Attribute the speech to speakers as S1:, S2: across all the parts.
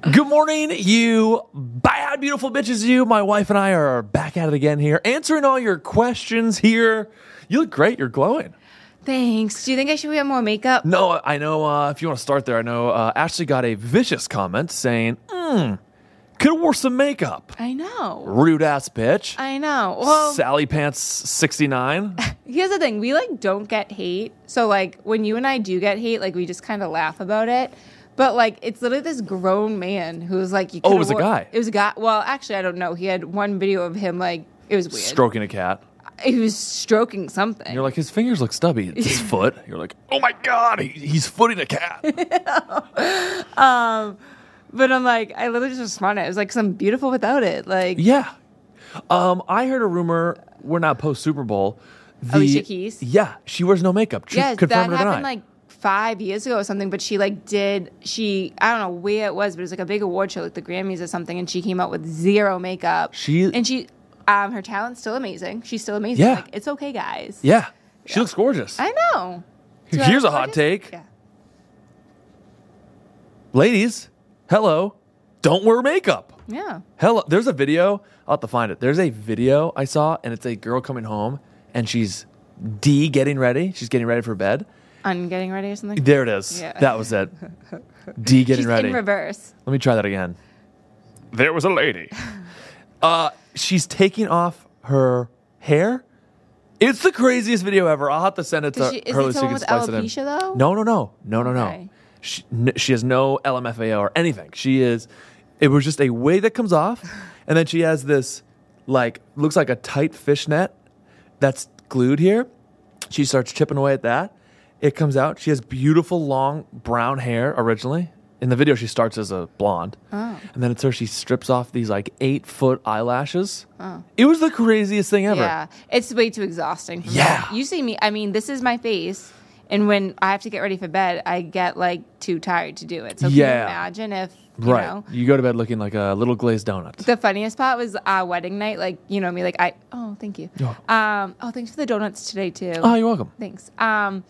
S1: Good morning, you bad, beautiful bitches. You, my wife and I are back at it again here, answering all your questions here. You look great. You're glowing.
S2: Thanks. Do you think I should wear more makeup?
S1: No, I know. Uh, if you want to start there, I know uh, Ashley got a vicious comment saying, mm, "Could have wore some makeup."
S2: I know.
S1: Rude ass bitch.
S2: I know. Well,
S1: Sally Pants sixty nine.
S2: here's the thing. We like don't get hate. So like when you and I do get hate, like we just kind of laugh about it. But like it's literally this grown man who was like, you
S1: Oh, it
S2: coulda
S1: was a
S2: wore-
S1: guy.
S2: It was a guy. Well, actually, I don't know. He had one video of him like it was weird.
S1: Stroking a cat.
S2: he was stroking something.
S1: You're like, his fingers look stubby. It's his foot. You're like, oh my God, he, he's footing a cat.
S2: but I'm like, I literally just responded. It was like some beautiful without it. Like
S1: Yeah. Um, I heard a rumor. We're not post Super Bowl. The,
S2: Alicia Oh, Keys?
S1: Yeah, she wears no makeup. She
S2: Yes, that
S1: confirmed it or not.
S2: happened like five years ago or something. But she like did she I don't know where it was, but it was like a big award show, like the Grammys or something, and she came out with zero makeup.
S1: She-
S2: and she um her talent's still amazing. She's still amazing.
S1: Yeah.
S2: Like it's okay, guys.
S1: yeah, she looks gorgeous.
S2: I know. Do I
S1: Here's a
S2: look
S1: hot
S2: gorgeous?
S1: take,
S2: Yeah.
S1: ladies. Hello, don't wear makeup.
S2: Yeah.
S1: Hello, there's a video. I'll have to find it. There's a video I saw, and it's a girl coming home, and she's D getting ready. She's getting ready for bed.
S2: I'm getting ready or something.
S1: There it is.
S2: Yeah.
S1: That was it. D getting
S2: She's
S1: ready.
S2: in reverse.
S1: Let me try that again. There was a lady. uh, she's taking off her hair. It's the craziest video ever. I'll have to send it
S2: Does
S1: to
S2: she- is
S1: her
S2: it
S1: so you can
S2: someone with
S1: splice it in.
S2: alopecia, though?
S1: No, no, no, no, no, no.
S2: Okay.
S1: She, n- she has no LMFAO or anything. She is. It was just a wig that comes off, and then she has this like looks like a tight fishnet that's glued here. She starts chipping away at that. It comes out. She has beautiful long brown hair originally. In the video, she starts as a blonde.
S2: Oh.
S1: And then it's her, she strips off these like eight foot eyelashes. It was the craziest thing ever.
S2: Oh. Yeah. It's way too exhausting. for me.
S1: Yeah.
S2: You see me I mean, this is my face. And when I have to get ready for bed, I get like too tired to do it. So can
S1: Yeah.
S2: you imagine if you
S1: right.
S2: know
S1: You go to bed looking like a little glazed donut.
S2: The funniest part was our wedding night. Like, you know me, like I oh thank you.
S1: You're welcome.
S2: Um oh thanks for the donuts today too.
S1: oh, you're welcome.
S2: Thanks. Um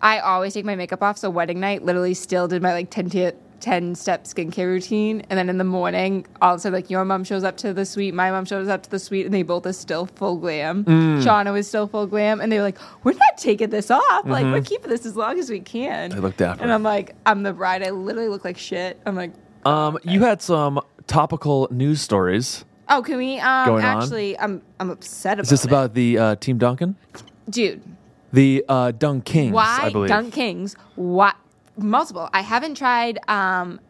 S2: I always take my makeup off, so wedding night literally still did my like 10 ti- 10 step skincare routine. And then in the morning, all of a sudden, like your mom shows up to the suite, my mom shows up to the suite, and they both are still full glam.
S1: Mm.
S2: Shauna was still full glam, and they were like, We're not taking this off. Like, we're keeping this as long as we can.
S1: Mm-hmm. They looked after
S2: And
S1: her.
S2: I'm like, I'm the bride. I literally look like shit. I'm like,
S1: Um, You had some topical news stories.
S2: Oh, can we? Um,
S1: Going on?
S2: actually, I'm I'm upset about
S1: Is this
S2: it.
S1: about the uh, Team Duncan?
S2: dude?
S1: The uh, Dunk Kings, I
S2: Why
S1: believe.
S2: Dunk Kings? Why multiple? I haven't tried um,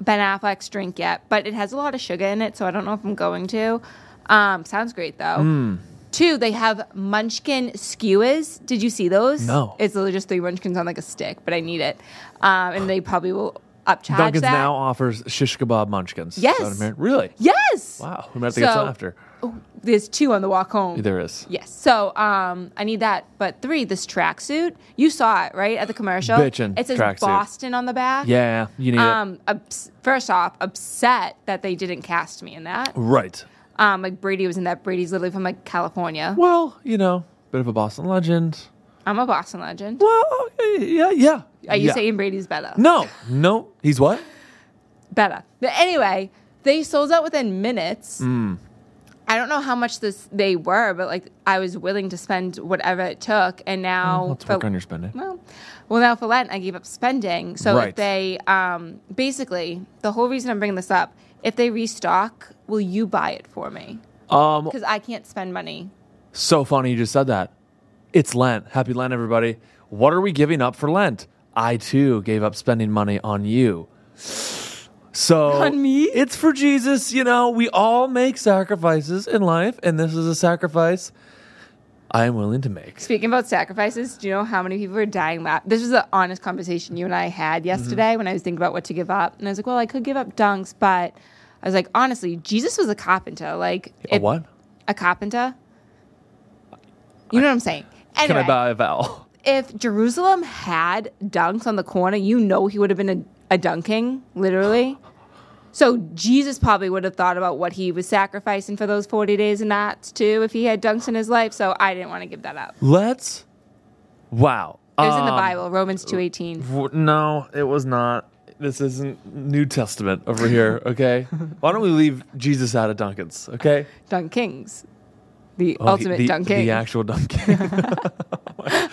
S2: Ben Affleck's drink yet, but it has a lot of sugar in it, so I don't know if I'm going to. Um, sounds great though.
S1: Hmm.
S2: Two, they have Munchkin skewers. Did you see those?
S1: No.
S2: It's literally just three Munchkins on like a stick, but I need it, um, and they probably will upcharge
S1: Duncan's
S2: that.
S1: now offers shish kebab munchkins.
S2: Yes.
S1: South America- Really?
S2: yes.
S1: Wow. We might have to get
S2: So-
S1: some after.
S2: Oh, there's two on the walk home.
S1: There is.
S2: Yes. So um, I need that. But three, this tracksuit. You saw it, right? At the commercial.
S1: Bitchin'
S2: It says
S1: tracksuit.
S2: Boston on the back.
S1: Yeah, you need it.
S2: Um, ups- first off, upset that they didn't cast me in that.
S1: Right.
S2: Um, like Brady was in that. Brady's literally from like California.
S1: Well, you know, bit of a Boston legend.
S2: I'm a Boston legend.
S1: Well, okay, yeah, yeah.
S2: Are you
S1: yeah.
S2: saying Brady's better?
S1: No, no. He's what?
S2: better. But anyway, they sold out within minutes.
S1: Mm.
S2: I don't know how much this they were, but like I was willing to spend whatever it took, and now
S1: Let's
S2: for-
S1: work on your spending.
S2: Well, well, now for Lent, I gave up spending. So
S1: Right.
S2: if they, um, basically, the whole reason I'm bringing this up, if they restock, will you buy it for me?
S1: Um,
S2: Because I can't spend money.
S1: so funny you just said that. It's Lent. Happy Lent, everybody. What are we giving up for Lent? I too gave up spending money on you. So
S2: On me?
S1: It's for Jesus. You know, we all make sacrifices in life, and this is a sacrifice I am willing to make.
S2: Speaking about sacrifices, do you know how many people are dying? La- this was an honest conversation you and I had
S1: Mm-hmm.
S2: yesterday when I was thinking about what to give up, and I was like, well, I could give up dunks, but I was like, honestly, Jesus was a carpenter. Like
S1: A
S2: if-
S1: what?
S2: A carpenter. You know what I'm saying? Anyway,
S1: Can I buy a vowel?
S2: if Jerusalem had dunks on the corner, you know he would have been a, a dunking, literally. So Jesus probably would have thought about what he was sacrificing for those 40 days and nights, too, if he had dunks in his life. So I didn't want to give that up.
S1: Let's. Wow.
S2: It was in the
S1: Um,
S2: Bible, Romans 2.18.
S1: W- No, it was not. This isn't New Testament over here, okay? Why don't we leave Jesus out of Duncan's, okay?
S2: Dunk Kings. The
S1: Oh, he-
S2: ultimate
S1: the,
S2: Dunk King.
S1: The actual Duncan.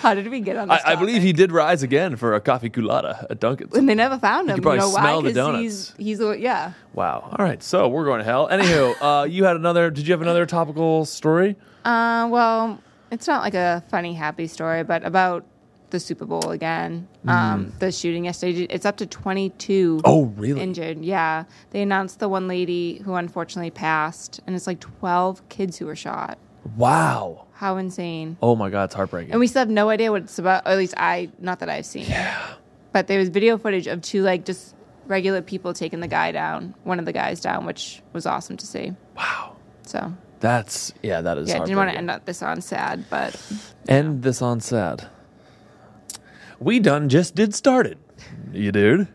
S2: How did we get on this?
S1: I, I believe
S2: topic?
S1: he did rise again for a coffee culotta at Duncan's.
S2: And they never found him.
S1: could probably
S2: you know
S1: smell the
S2: why? Because he's,
S1: donuts.
S2: he's, the- yeah.
S1: Wow. All right. So we're going to hell. Anywho, uh, you had another. Did you have another topical story?
S2: Uh, well, it's not like a funny, happy story, but about the Super Bowl again, um, the shooting yesterday. It's up to 22
S1: Hmm. Oh, really?
S2: injured. Yeah. They announced the one lady who unfortunately passed, and it's like 12 kids who were shot.
S1: wow.
S2: How insane.
S1: Oh my God, it's heartbreaking.
S2: And we still have no idea what it's about, or at least I, not that I've seen it. But there was video footage of two, like, just regular people taking the guy down, one of the guys down, which was awesome to see.
S1: wow.
S2: So,
S1: That's yeah. That is.
S2: yeah,
S1: heartbreaking.
S2: didn't want to end up this on sad, but
S1: End this on sad. We done just did started. You dude.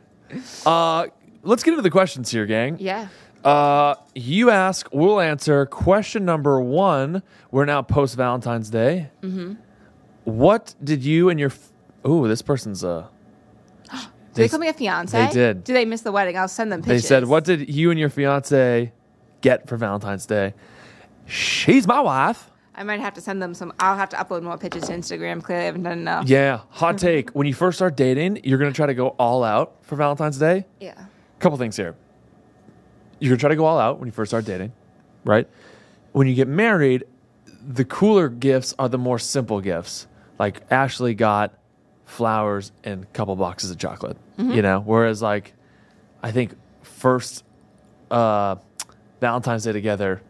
S1: Uh, let's get into the questions here, gang.
S2: yeah.
S1: Uh, you ask, we'll answer. Question number one. We're now post Valentine's Day. Mm-hmm. What did you and your? F- Ooh, this person's uh.
S2: Did they,
S1: They-
S2: call me a fiance?
S1: they did.
S2: Do they miss the wedding? I'll send them
S1: They
S2: pictures.
S1: said, "What did you and your fiance get for Valentine's Day?" She's my wife.
S2: I might have to send them some. I'll have to upload more pictures to Instagram. Clearly, I haven't done enough.
S1: Yeah, hot take. When you first start dating, you're gonna try to go all out for Valentine's Day.
S2: Yeah.
S1: Couple things here. You're gonna try to go all out when you first start dating, right? When you get married, the cooler gifts are the more simple gifts. Like Ashley got flowers and a couple boxes of chocolate.
S2: Mm-hmm.
S1: You know, whereas like I think first uh, Valentine's Day together.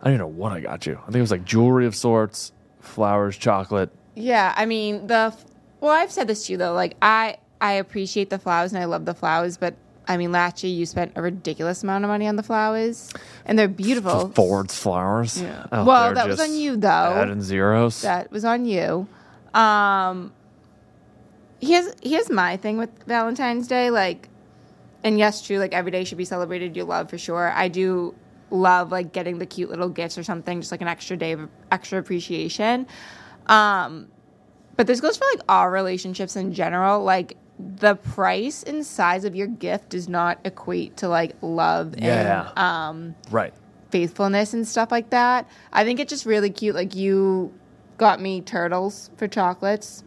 S1: I don't even know what I got you. I think it was like jewelry of sorts, flowers, chocolate.
S2: Yeah, I mean the. Well, I've said this to you though. Like I, I appreciate the flowers and I love the flowers, but I mean last year you spent a ridiculous amount of money on the flowers, and they're beautiful.
S1: Ford's flowers.
S2: Yeah.
S1: out
S2: Well,
S1: there
S2: that was
S1: oh, just
S2: on you, though.
S1: Adding zeros.
S2: That was on you. Um, here's here's my thing with Valentine's Day. Like, and yes, true. Like every day should be celebrated. Your love for sure. I do love like getting the cute little gifts or something, just like an extra day of extra appreciation. Um, but this goes for like all relationships in general. Like the price and size of your gift does not equate to like love
S1: Yeah.
S2: and um
S1: right.
S2: faithfulness and stuff like that. I think it's just really cute. Like you got me turtles for chocolates.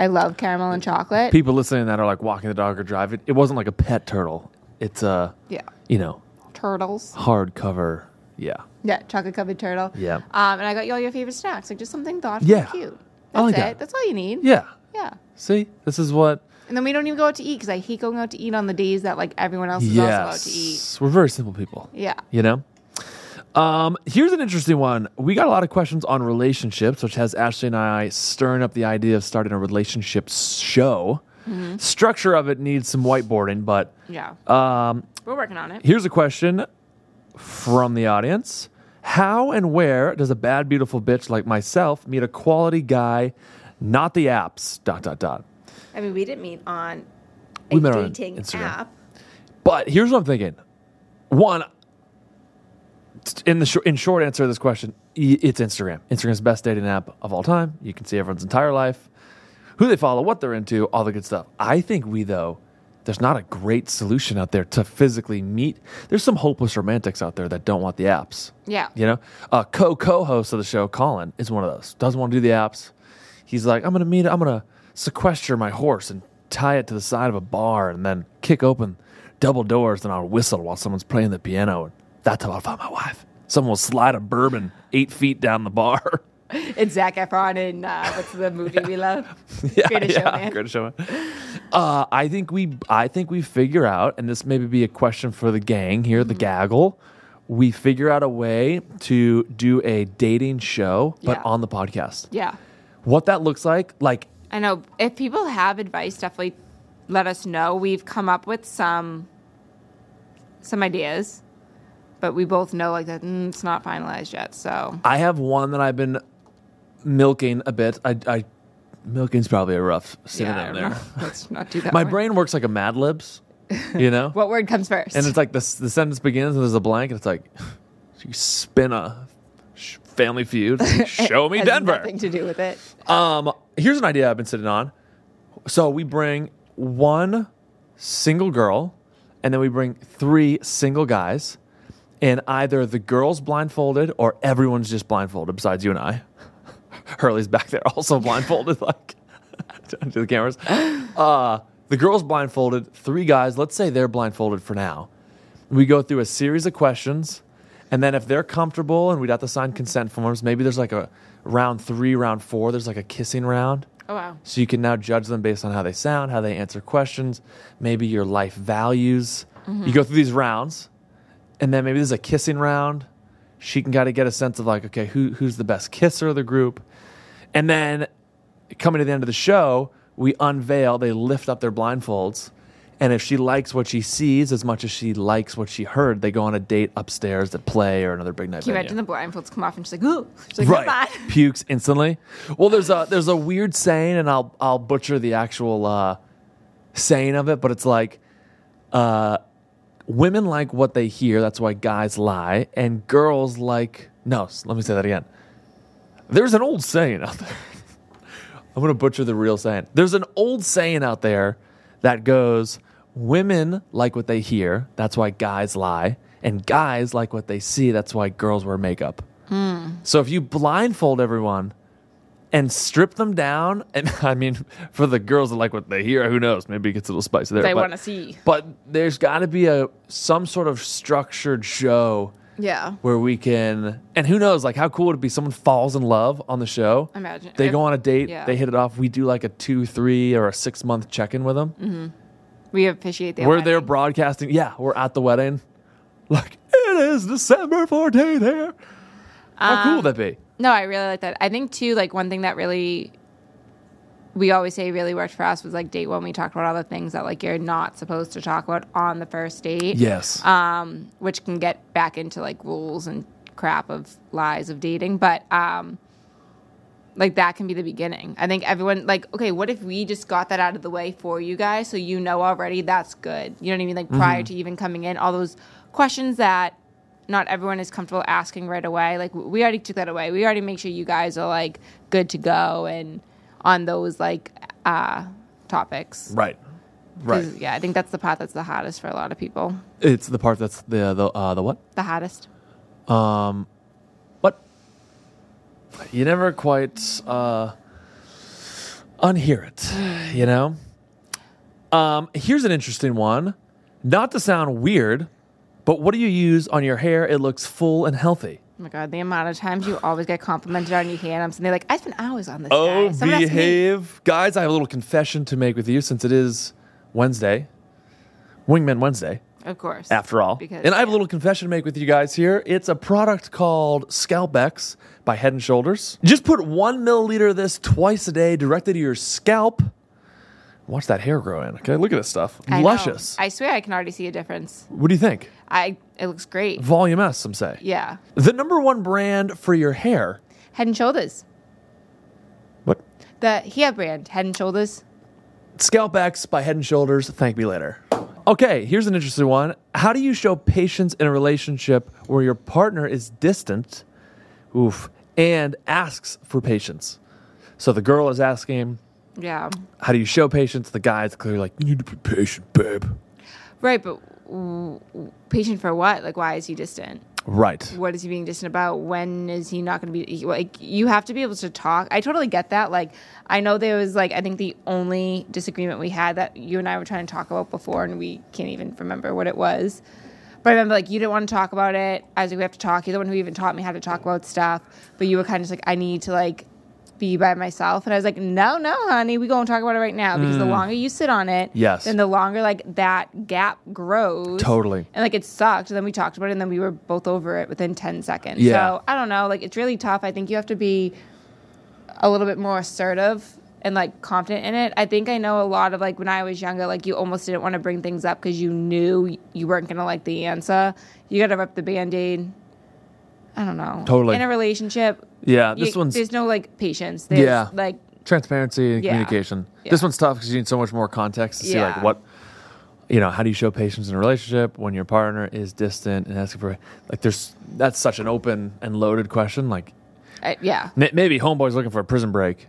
S2: I love caramel and chocolate.
S1: People listening to that are like walking the dog or driving. It wasn't like a pet turtle. It's a,
S2: yeah,
S1: you know,
S2: turtles.
S1: hardcover. Yeah.
S2: Yeah, chocolate covered turtle.
S1: Yeah.
S2: Um, and I got you all your favorite snacks, like just something thoughtful
S1: Yeah.
S2: and cute.
S1: I
S2: That's
S1: like
S2: it.
S1: that.
S2: That's all you need.
S1: Yeah.
S2: Yeah.
S1: See, this is what.
S2: And then we don't even go out to eat because I hate going out to eat on the days that like everyone else is also out to eat.
S1: Yes. We're very simple people.
S2: Yeah.
S1: You know? Um, here's an interesting one. We got a lot of questions on relationships, which has Ashley and I stirring up the idea of starting a relationship show.
S2: Mm-hmm.
S1: Structure of it needs some whiteboarding, but
S2: Yeah.
S1: um,
S2: We're working on it.
S1: Here's a question from the audience. How and where does a bad, beautiful bitch like myself meet a quality guy, not the apps, dot, dot, dot.
S2: I mean, we didn't meet on a
S1: We met on
S2: dating
S1: Instagram.
S2: app.
S1: But here's what I'm thinking. One, in the shor- in short answer to this question, y- it's Instagram. Instagram's the best dating app of all time. You can see everyone's entire life, who they follow, what they're into, all the good stuff. I think we though, there's not a great solution out there to physically meet. There's some hopeless romantics out there that don't want the apps.
S2: Yeah.
S1: You know, uh, co co host of the show, Colin, is one of those. Doesn't want to do the apps. He's like, I'm gonna meet. I'm gonna sequester my horse and tie it to the side of a bar, and then kick open double doors, and I'll whistle while someone's playing the piano. And that's how I'll find my wife. Someone will slide a bourbon eight feet down the bar.
S2: It's Zach Efron in uh, what's the movie we love? Greatest Showman.
S1: Greatest showman. Uh, I think we, I think we figure out, and this maybe be a question for the gang here,
S2: Mm-hmm.
S1: the gaggle. We figure out a way to do a dating show, but
S2: Yeah.
S1: on the podcast.
S2: Yeah.
S1: What that looks like, like
S2: I know. If people have advice, definitely let us know. We've come up with some some ideas, but we both know like that mm, it's not finalized yet. So
S1: I have one that I've been milking a bit. I, I milking's probably a rough synonym
S2: yeah, I don't
S1: there.
S2: know. let's not do that.
S1: My
S2: one.
S1: brain works like a Mad Libs, you know.
S2: What word comes first?
S1: And it's like the the sentence begins and there's a blank, and it's like you spin a sh- Family Feud. Show me
S2: Has
S1: Denver.
S2: Nothing to do with it.
S1: Um, here's an idea I've been sitting on. So we bring one single girl, and then we bring three single guys, and either the girl's blindfolded or everyone's just blindfolded besides you and I. Hurley's back there also blindfolded, like to the cameras. Uh, the girl's blindfolded, three guys, let's say they're blindfolded for now. We go through a series of questions, and then if they're comfortable and we'd have to sign consent forms, maybe there's like a round three, round four, there's like a kissing round.
S2: Oh wow.
S1: So you can now judge them based on how they sound, how they answer questions, maybe your life values.
S2: Mm-hmm.
S1: You go through these rounds, and then maybe there's a kissing round. She can kind of get a sense of like, okay, who who's the best kisser of the group, and then coming to the end of the show, we unveil. They lift up their blindfolds, and if she likes what she sees as much as she likes what she heard, they go on a date upstairs to play or another big night.
S2: Can you
S1: venue
S2: imagine the blindfolds come off and she's like, ooh. She's like,
S1: right
S2: "Goodbye."
S1: pukes instantly well there's a there's a weird saying and i'll i'll butcher the actual uh saying of it but it's like uh women like what they hear that's why guys lie and girls like no s- let me say that again there's an old saying out there i'm gonna butcher the real saying there's an old saying out there that goes women like what they hear that's why guys lie and guys like what they see that's why girls wear makeup
S2: Hmm.
S1: so if you blindfold everyone and strip them down, and I mean, for the girls that like what they hear, who knows? Maybe it gets a little spicy there.
S2: They
S1: but-
S2: want to see.
S1: But there's got to be a some sort of structured show
S2: Yeah.
S1: where we can, and who knows? Like, how cool would it be? Someone falls in love on the show.
S2: Imagine.
S1: They
S2: If-
S1: go on a date.
S2: yeah.
S1: They hit it off. We do like a two, three, or a six month check in with them.
S2: Mm-hmm. We appreciate the.
S1: we're
S2: wedding.
S1: there broadcasting. Yeah, we're at the wedding. Like it is December 14th here. How
S2: Uh,
S1: cool would that be?
S2: No, I really like that. I think too, like one thing that really we always say really worked for us was like date when we talked about all the things that like you're not supposed to talk about on the first date.
S1: Yes.
S2: Um, which can get back into like rules and crap of lies of dating. But um like that can be the beginning. I think everyone like, okay, what if we just got that out of the way for you guys so you know already that's good. You know what I mean? Like prior to even coming in, all those questions that not everyone is comfortable asking right away. Like w- we already took that away. We already make sure you guys are like good to go and on those like uh topics.
S1: Right.
S2: 'Cause,
S1: Right.
S2: Yeah, I think that's the part that's the hottest for a lot of people.
S1: It's the part that's the the uh, the what?
S2: The hottest.
S1: What? You never quite uh, unhear it, you know. Um, here's an interesting one. Not to sound weird, but what do you use on your hair? It looks full and healthy.
S2: Oh my god, the amount of times you always get complimented on your hair and I'm sitting there like, I spent hours on this.
S1: Oh,
S2: guy. Someone asked me-
S1: behave, guys! I have a little confession to make with you since it is Wednesday, Wingman Wednesday.
S2: Of course.
S1: after all.
S2: Because-
S1: and I have a little confession to make with you guys here. It's a product called Scalpex by Head and Shoulders. Just put one milliliter of this twice a day directly to your scalp. Watch that hair grow in. Okay, look at this stuff.
S2: I know.
S1: Luscious.
S2: I swear I can already see a difference.
S1: what do you think?
S2: I it looks great.
S1: Volume S, some say.
S2: Yeah.
S1: The number one brand for your hair.
S2: Head and shoulders.
S1: What?
S2: The hair brand, Head and Shoulders.
S1: Scalp X by Head and Shoulders. Thank me later. Okay, here's an interesting one. How do you show patience in a relationship where your partner is distant, oof, and asks for patience? So the girl is asking,
S2: Yeah.
S1: how do you show patience? The guy's clearly like, you need to be patient, babe.
S2: Right, but w- w- patient for what? Like, why is he distant?
S1: Right.
S2: What is he being distant about? When is he not going to be? he- Like, you have to be able to talk. I totally get that. Like, I know there was like I think the only disagreement we had that you and I were trying to talk about before, and we can't even remember what it was. But I remember like you didn't want to talk about it. I was like, we have to talk. You're the one who even taught me how to talk about stuff. But you were kind of just like, I need to like be by myself. And I was like, no, no, honey, we gonna talk about it right now because the longer you sit on it,
S1: Mm. Yes.
S2: then the longer like that gap grows.
S1: Totally.
S2: And like it sucked. And then we talked about it and then we were both over it within 10 seconds.
S1: Yeah.
S2: So I don't know. Like it's really tough. I think you have to be a little bit more assertive and like confident in it. I think I know a lot of like when I was younger, like you almost didn't want to bring things up because you knew you weren't going to like the answer. You got to rip the band aid. I don't know.
S1: Totally.
S2: In a relationship,
S1: Yeah, this
S2: you-
S1: one's
S2: there's no like patience. There's
S1: Yeah.
S2: like
S1: transparency and
S2: Yeah.
S1: communication.
S2: Yeah.
S1: This one's tough because you need so much more context to see like
S2: Yeah.
S1: what you know, how do you show patience in a relationship when your partner is distant and asking for like there's that's such an open and loaded question. Like
S2: I, yeah.
S1: May- Maybe homeboy's looking "Ah, for a prison break,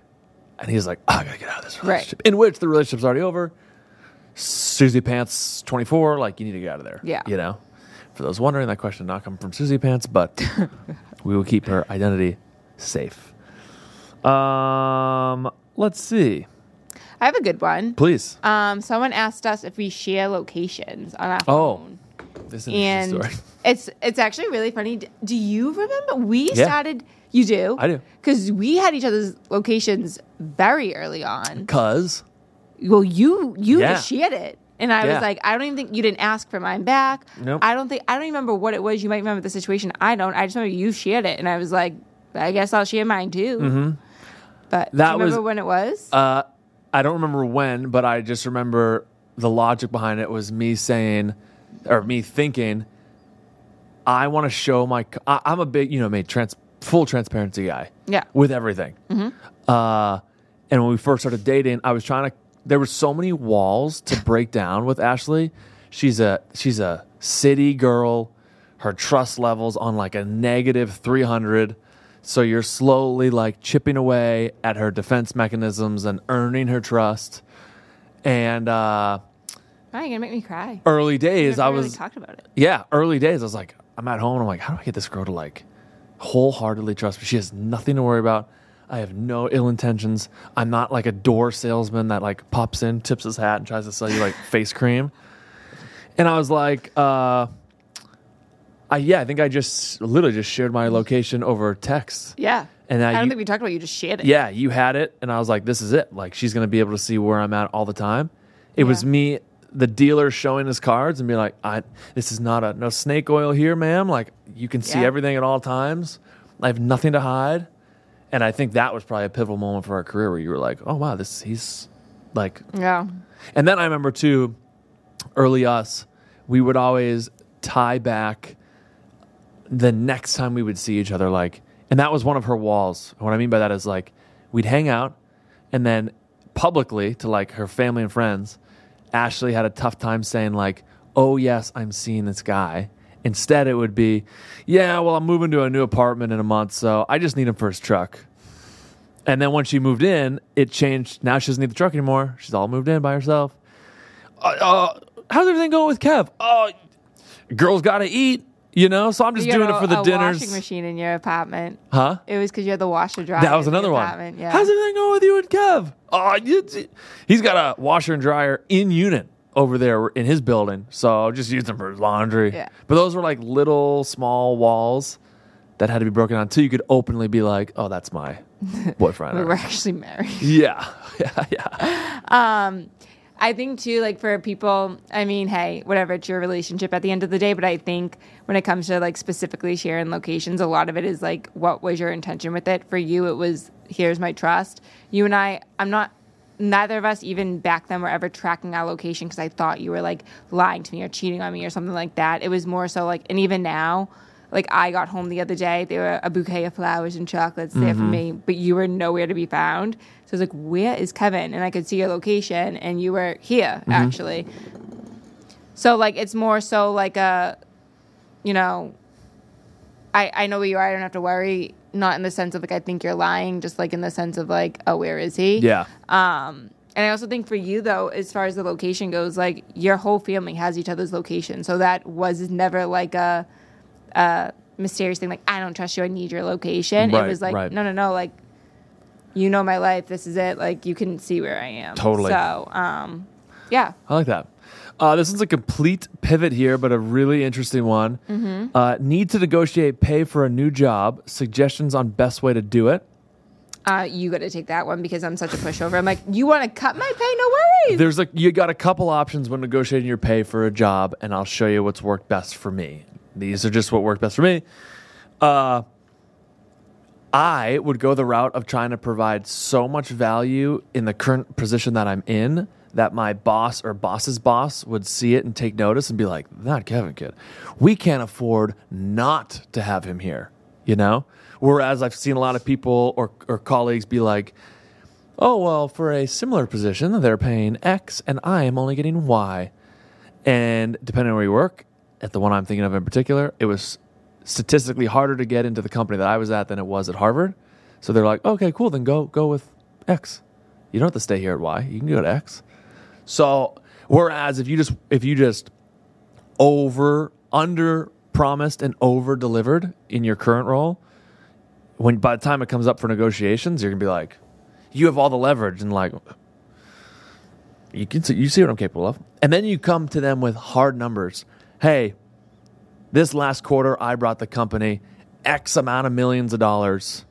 S1: and he's like, "Oh, "I gotta get out of this relationship." In which the relationship's already over, Susie Pants 24, like you need to get out of there.
S2: Yeah.
S1: You know? For those wondering, that question did not come from Susie Pants, but we will keep her identity safe. Um, let's see.
S2: I have a good one.
S1: Please.
S2: Um, someone asked us if we share locations on our
S1: Oh,
S2: phone.
S1: this is an
S2: and
S1: interesting story.
S2: it's it's actually really funny. D- Do you remember we
S1: Yeah.
S2: started? You do.
S1: I do.
S2: Because we had each other's locations very early on.
S1: Cause
S2: Well, you you
S1: Yeah.
S2: just shared it, and I
S1: Yeah.
S2: was like, I don't even think you didn't ask for mine back.
S1: Nope.
S2: I don't think I don't even remember what it was. You might remember the situation. I don't. I just remember you shared it, and I was like, I guess I'll share mine too. But
S1: Mm-hmm. That
S2: do you remember
S1: was-
S2: when it was.
S1: Uh, I don't remember when, but I just remember the logic behind it was me saying, or me thinking, I want to show my. c- I, am a big, you know, made trans, full transparency guy.
S2: Yeah.
S1: With everything. Uh, and when we first started dating, I was trying to. There were so many walls to break down with Ashley. She's a she's a city girl. Her trust levels on like a negative three hundred. So you're slowly like chipping away at her defense mechanisms and earning her trust. And uh,
S2: Now you're gonna make me cry.
S1: early days,
S2: Never
S1: I
S2: really
S1: was
S2: talked about it.
S1: yeah, early days, I was like, I'm at home. I'm like, how do I get this girl to like wholeheartedly trust me? She has nothing to worry about. I have no ill intentions. I'm not like a door salesman that like pops in, tips his hat, and tries to sell you like face cream. And I was like, uh, I, yeah, I think I just literally just shared my location over text.
S2: Yeah.
S1: And I,
S2: I don't
S1: you-
S2: think we talked about it, you just shared it.
S1: yeah, you had it. And I was like, this is it. Like, she's going to be able to see where I'm at all the time. It was
S2: Yeah.
S1: me, the dealer, showing his cards and being like, I, this is not a, no snake oil here, ma'am. Like, you can see
S2: Yeah.
S1: everything at all times. I have nothing to hide. And I think that was probably a pivotal moment for our career where you were like, oh, wow, this, he's like,
S2: Yeah.
S1: and then I remember too, early us, we would always tie back the next time we would see each other. Like, and that was one of her walls. What I mean by that is like, we'd hang out, and then publicly to like her family and friends, Ashley had a tough time saying like, "Oh yes, I'm seeing this guy." Instead, it would be, "Yeah, well, I'm moving to a new apartment in a month, so I just need him for his truck." And then when she moved in, it changed. Now she doesn't need the truck anymore. She's all moved in by herself. Uh, uh, how's everything going with Kev? Oh, girls got to eat, you know. So I'm just
S2: You
S1: doing
S2: got
S1: it
S2: a-
S1: for the
S2: a
S1: dinners,
S2: Washing machine in your apartment.
S1: huh?
S2: It was because you had the washer dryer.
S1: That was
S2: in your
S1: another one.
S2: apartment, Yeah.
S1: How's everything going with you and Kev? Oh, you- he's got a washer and dryer in unit over there in his building, so I'll just use them for his laundry.
S2: Yeah.
S1: But those were like little small walls that had to be broken down until you could openly be like, "Oh, that's my boyfriend."
S2: we
S1: or-
S2: were actually married.
S1: Yeah, yeah, yeah.
S2: Um, I think too, like for people, I mean, hey, whatever, it's your relationship at the end of the day. But I think when it comes to like specifically sharing locations, a lot of it is like, what was your intention with it? For you, it was here's my trust. You and I, I'm not. Neither of us, even back then, were ever tracking our location because I thought you were like lying to me or cheating on me or something like that. It was more so like, and even now, like I got home the other day, there were a bouquet of flowers and chocolates there for me, but you were nowhere to be found. So I was like, "Where is Kevin?" And I could see your location, and you were here actually. So like, it's more so like a, you know, I I know where you are. I don't have to worry. Not in the sense of like I think you're lying, just like in the sense of like, oh, where is he?
S1: Yeah.
S2: Um, and I also think for you though, as far as the location goes, like your whole family has each other's location, so that was never like a, a mysterious thing. Like I don't trust you. I need your location.
S1: Right,
S2: it was like
S1: right.
S2: no, no, no. Like you know my life. This is it. Like you can see where I am.
S1: Totally.
S2: So um, yeah,
S1: I like that. Uh, this is a complete pivot here, but a really interesting one. Uh, need to negotiate pay for a new job. Suggestions on best way to do it.
S2: uh, you got to take that one because I'm such a pushover. I'm like, you want to cut my pay? No worries.
S1: There's like you got a couple options when negotiating your pay for a job, and I'll show you what's worked best for me. These are just what worked best for me. Uh, I would go the route of trying to provide so much value in the current position that I'm in that my boss or boss's boss would see it and take notice and be like, "That Kevin kid, we can't afford not to have him here," you know. Whereas I've seen a lot of people or or colleagues be like, oh well for a similar position they're paying x and i am only getting y and depending on where you work at the one i'm thinking of in particular it was statistically harder to get into the company that i was at than it was at harvard so they're like okay cool then go go with x you don't have to stay here at y you can go to x so Whereas if you just if you just over under promised and over delivered in your current role, when by the time it comes up for negotiations, you're gonna be like, you have all the leverage and like you can see, you see what I'm capable of. And then you come to them with hard numbers. Hey, this last quarter I brought the company X amount of millions of dollars.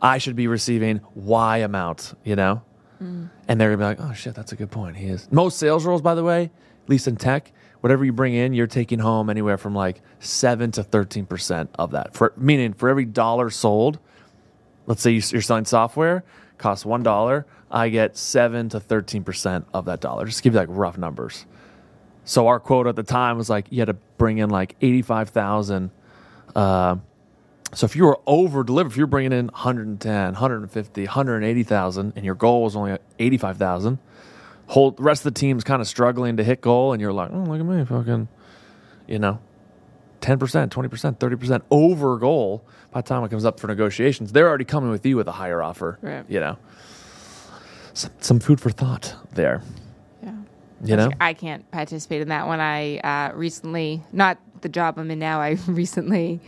S1: I should be receiving Y amount, you know? And they're gonna be like, oh shit, that's a good point. He is. Most sales roles, by the way, at least in tech, whatever you bring in, you're taking home anywhere from like seven to thirteen percent of that. For meaning, for every dollar sold, let's say you- you're selling software, costs one dollar, I get seven to thirteen percent of that dollar. Just give you like rough numbers. So our quote at the time was like you had to bring in like eighty five thousand. Uh, so if you were over delivered, if you're bringing in 110, 150, 180,000, and your goal was only 85,000, whole the rest of the team's kind of struggling to hit goal, and you're like, oh, look at me, fucking, you know, 10%, 20%, 30% over goal. By the time it comes up for negotiations, they're already coming with you with a higher offer.
S2: Right.
S1: You know, some, some food for thought there.
S2: Yeah.
S1: You know,
S2: I can't participate in that one. I uh, recently, not the job I'm in now, I recently,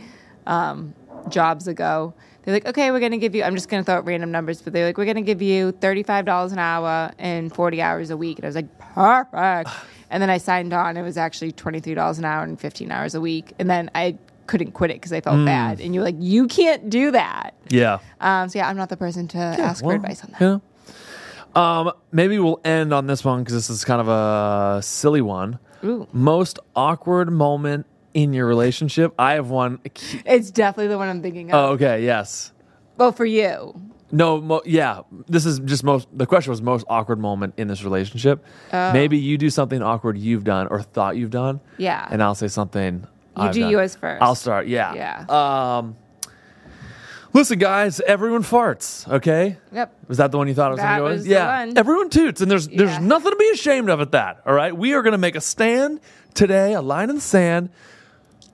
S2: um, jobs ago, they're like, okay, we're going to give you, I'm just going to throw out random numbers, but they're like, we're going to give you $35 an hour and 40 hours a week. And I was like, perfect. And then I signed on. It was actually $23 an hour and 15 hours a week. And then I couldn't quit it because I
S1: Mm.
S2: felt bad. And you're like, you can't do that.
S1: yeah.
S2: Um, so yeah, I'm not the person to ask for
S1: Well,
S2: advice on that.
S1: Yeah. Um, maybe we'll end on this one because this is kind of a silly one.
S2: Ooh.
S1: Most awkward moment in your relationship. I have one.
S2: It's definitely the one I'm thinking of.
S1: Oh, okay. Yes.
S2: well, for you.
S1: No. Mo- yeah. This is just most. The question was most awkward moment in this relationship.
S2: Oh.
S1: Maybe you do something awkward you've done or thought you've done.
S2: Yeah.
S1: And I'll say something.
S2: You
S1: I've
S2: do
S1: done.
S2: yours first.
S1: I'll start. Yeah.
S2: Yeah.
S1: Um. Listen, guys. Everyone farts. Okay.
S2: Yep.
S1: Was that the one you thought it was going
S2: That
S1: to go?
S2: was
S1: with?
S2: the
S1: yeah.
S2: one.
S1: Everyone toots, and there's
S2: Yeah.
S1: there's nothing to be ashamed of at that. All right, we are going to make a stand today, a line in the sand.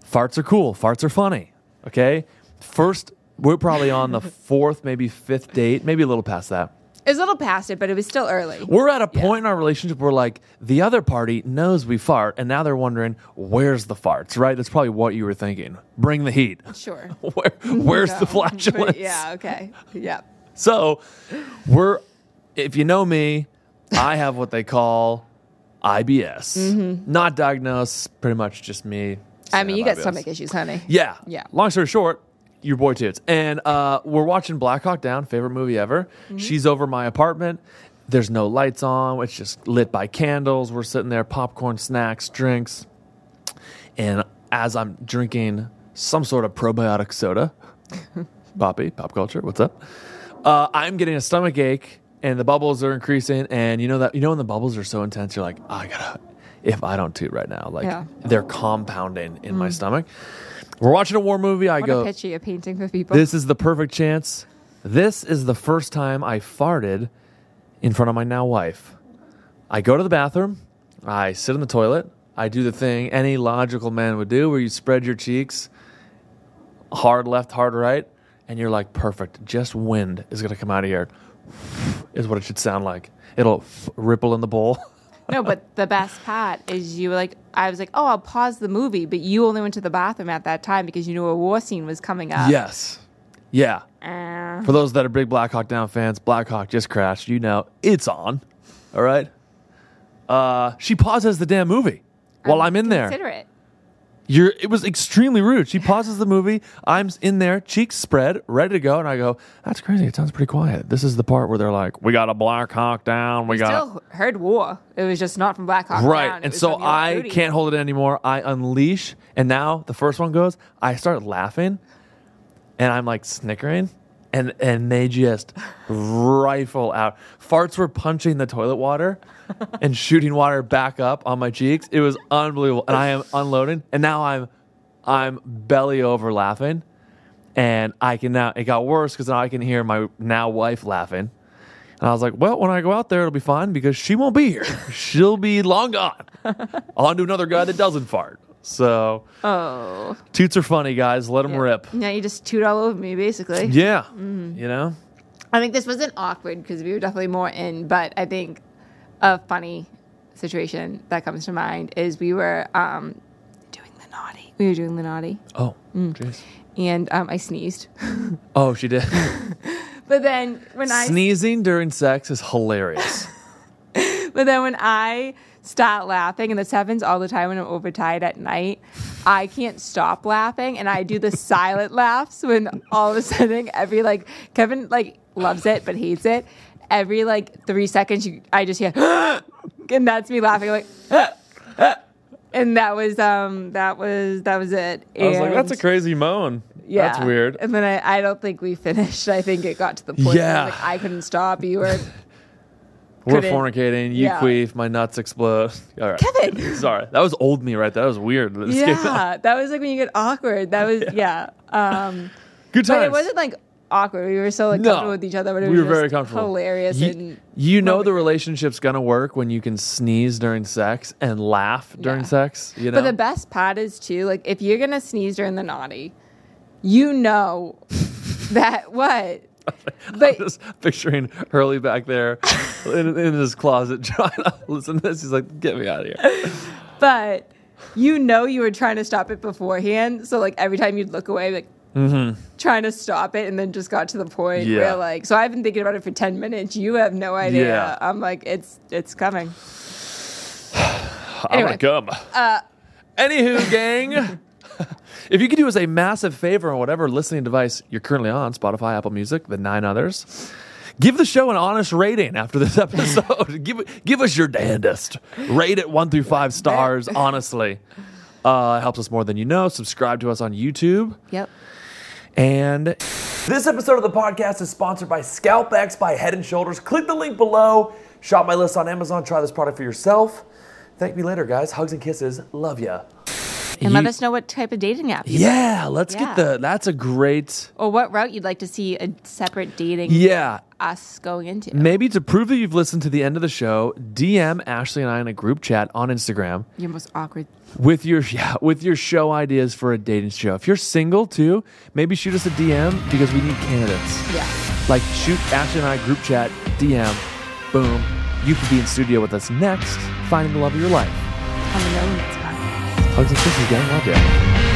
S1: Farts are cool. Farts are funny. Okay, first we're probably on the fourth, maybe fifth date, maybe a little past that.
S2: It was a little past it, but it was still early.
S1: We're at a point in our relationship where like the other party knows we fart, and now they're wondering where's the farts. Right? That's probably what you were thinking. Bring the heat.
S2: Sure.
S1: Where, where's
S2: No.
S1: the flatulence?
S2: Yeah, okay. Yep.
S1: So we're, if you know me, I have what they call IBS. Not diagnosed, pretty much just me.
S2: Mm-hmm. I
S1: saying
S2: mean, you
S1: I'm
S2: got
S1: IBS.
S2: stomach issues, honey.
S1: Yeah.
S2: Yeah.
S1: Long story short, your boy toots. And uh, we're watching Black Hawk Down, favorite movie ever.
S2: Mm-hmm.
S1: She's over my apartment. There's no lights on. It's just lit by candles. We're sitting there, popcorn, snacks, drinks. And as I'm drinking some sort of probiotic soda, Poppy, pop culture, what's up? Uh, I'm getting a stomach ache and the bubbles are increasing. And you know that, you know, when the bubbles are so intense, you're like, I gotta, if I don't toot right now, like
S2: Yeah. Mm.
S1: they're compounding in my stomach. We're watching a war movie. I
S2: What
S1: go,
S2: a picture you're painting for people.
S1: this is the perfect chance. This is the first time I farted in front of my now wife. I go to the bathroom. I sit in the toilet. I do the thing any logical man would do where you spread your cheeks hard left, hard right, and you're like, perfect. Just wind is going to come out of here, is what it should sound like. It'll ripple in the bowl.
S2: no, but the best part is you were like, I was like, oh, I'll pause the movie, but you only went to the bathroom at that time because you knew a war scene was coming up. Uh,
S1: yes. Yeah.
S2: Yeah.
S1: For those that are big Black Hawk Down fans, Black Hawk just crashed. You know it's on. All right. Uh, she pauses the damn movie while I'm, in
S2: Consider
S1: there. Oh
S2: it.
S1: You're, it was extremely rude. She pauses the movie. I'm in there, cheeks spread, ready to go, and I go, "That's crazy. It sounds pretty quiet." This is the part where they're like, "We got a Black Hawk Down. We got
S2: Still heard war. It was just not from Black Hawk
S1: Right.
S2: Down. It
S1: and
S2: was
S1: so
S2: from York
S1: I
S2: Booty.
S1: can't hold it anymore. I unleash. And now the first one goes, I start laughing and I'm like snickering. And, and they just rifle out. Farts were punching the toilet water and shooting water back up on my cheeks. It was unbelievable. And I am unloading. And now I'm I'm belly over laughing. And I can now it got worse because now I can hear my now wife laughing. And I was like, well, when I go out there, it'll be fine because she won't be here. She'll be long gone. On to another guy that doesn't fart. So
S2: Oh.
S1: toots are funny, guys. Let them rip.
S2: Yeah, you just toot all over me, basically.
S1: Yeah.
S2: Mm-hmm.
S1: You know?
S2: I think this wasn't awkward because we were definitely more in, but I think a funny situation that comes to mind is we were um, doing the naughty. We were doing the naughty,
S1: Oh,
S2: Mm.
S1: jeez.
S2: and um, I sneezed.
S1: Oh, she did.
S2: But then when I
S1: Sneezing during sex is hilarious.
S2: But then when I start laughing, and this happens all the time when I'm overtired at night, I can't stop laughing, and I do the silent laughs when all of a sudden every like Kevin like loves it but hates it. Every like three seconds, you, I just hear, and that's me laughing like, and that was um that was that was it.
S1: I was like,
S2: And-
S1: that's a crazy moan.
S2: yeah.
S1: That's weird.
S2: And then I, I don't think we finished. I think it got to the point where I,
S1: Yeah.
S2: was like, I couldn't stop. You were
S1: We're
S2: Couldn't-
S1: fornicating. You
S2: yeah.
S1: queef. My nuts explode. All right.
S2: Kevin.
S1: Sorry. That was old me right there. That was weird. This came out.
S2: Yeah, that was like when you get awkward. That was yeah. Um,
S1: Good times.
S2: but it wasn't like awkward. We were so like
S1: No.
S2: comfortable with each other. But it
S1: we
S2: was
S1: were very
S2: just
S1: comfortable.
S2: Hilarious
S1: You,
S2: and
S1: you know
S2: Well,
S1: the relationship's gonna work when you can sneeze during sex and laugh during
S2: Yeah.
S1: sex. You know.
S2: But the best part is too, like if you're gonna sneeze during the naughty, you know that what.
S1: I'm
S2: But
S1: just picturing Hurley back there in, in his closet trying to listen to this. He's like, "Get me out of here."
S2: but you know you were trying to stop it beforehand. So like every time you'd look away, like trying to stop it, and then just got to the point
S1: Mm-hmm. Yeah.
S2: where like. So I've been thinking about it for ten minutes. You have no idea.
S1: Yeah.
S2: I'm like, it's it's coming.
S1: I'm gonna
S2: Anyway.
S1: come. uh, Anywho, gang. If you could do us a massive favor on whatever listening device you're currently on, Spotify, Apple Music, the nine others, give the show an honest rating after this episode. give give us your damnedest. Rate it one through five stars, honestly. Uh, it helps us more than you know. Subscribe to us on YouTube.
S2: Yep.
S1: And this episode of the podcast is sponsored by ScalpX by Head and Shoulders. Click the link below. Shop my list on Amazon. Try this product for yourself. Thank me later, guys. Hugs and kisses. Love ya.
S2: And let us know what type of dating app you
S1: Yeah, let's get
S2: Yeah.
S1: the. That's a great.
S2: or what route you'd like to see a separate dating
S1: Yeah.
S2: us going into.
S1: Maybe to prove that you've listened to the end of the show, DM Ashley and I in a group chat on Instagram
S2: Your most awkward.
S1: with your yeah, with your show ideas for a dating show. If you're single too, maybe shoot us a DM because we need candidates.
S2: Yeah.
S1: Like shoot Ashley and I group chat, DM, boom. You could be in studio with us next, finding the love of your life.
S2: On the no limits podcast.
S1: Hugs and kisses, gang. Love you.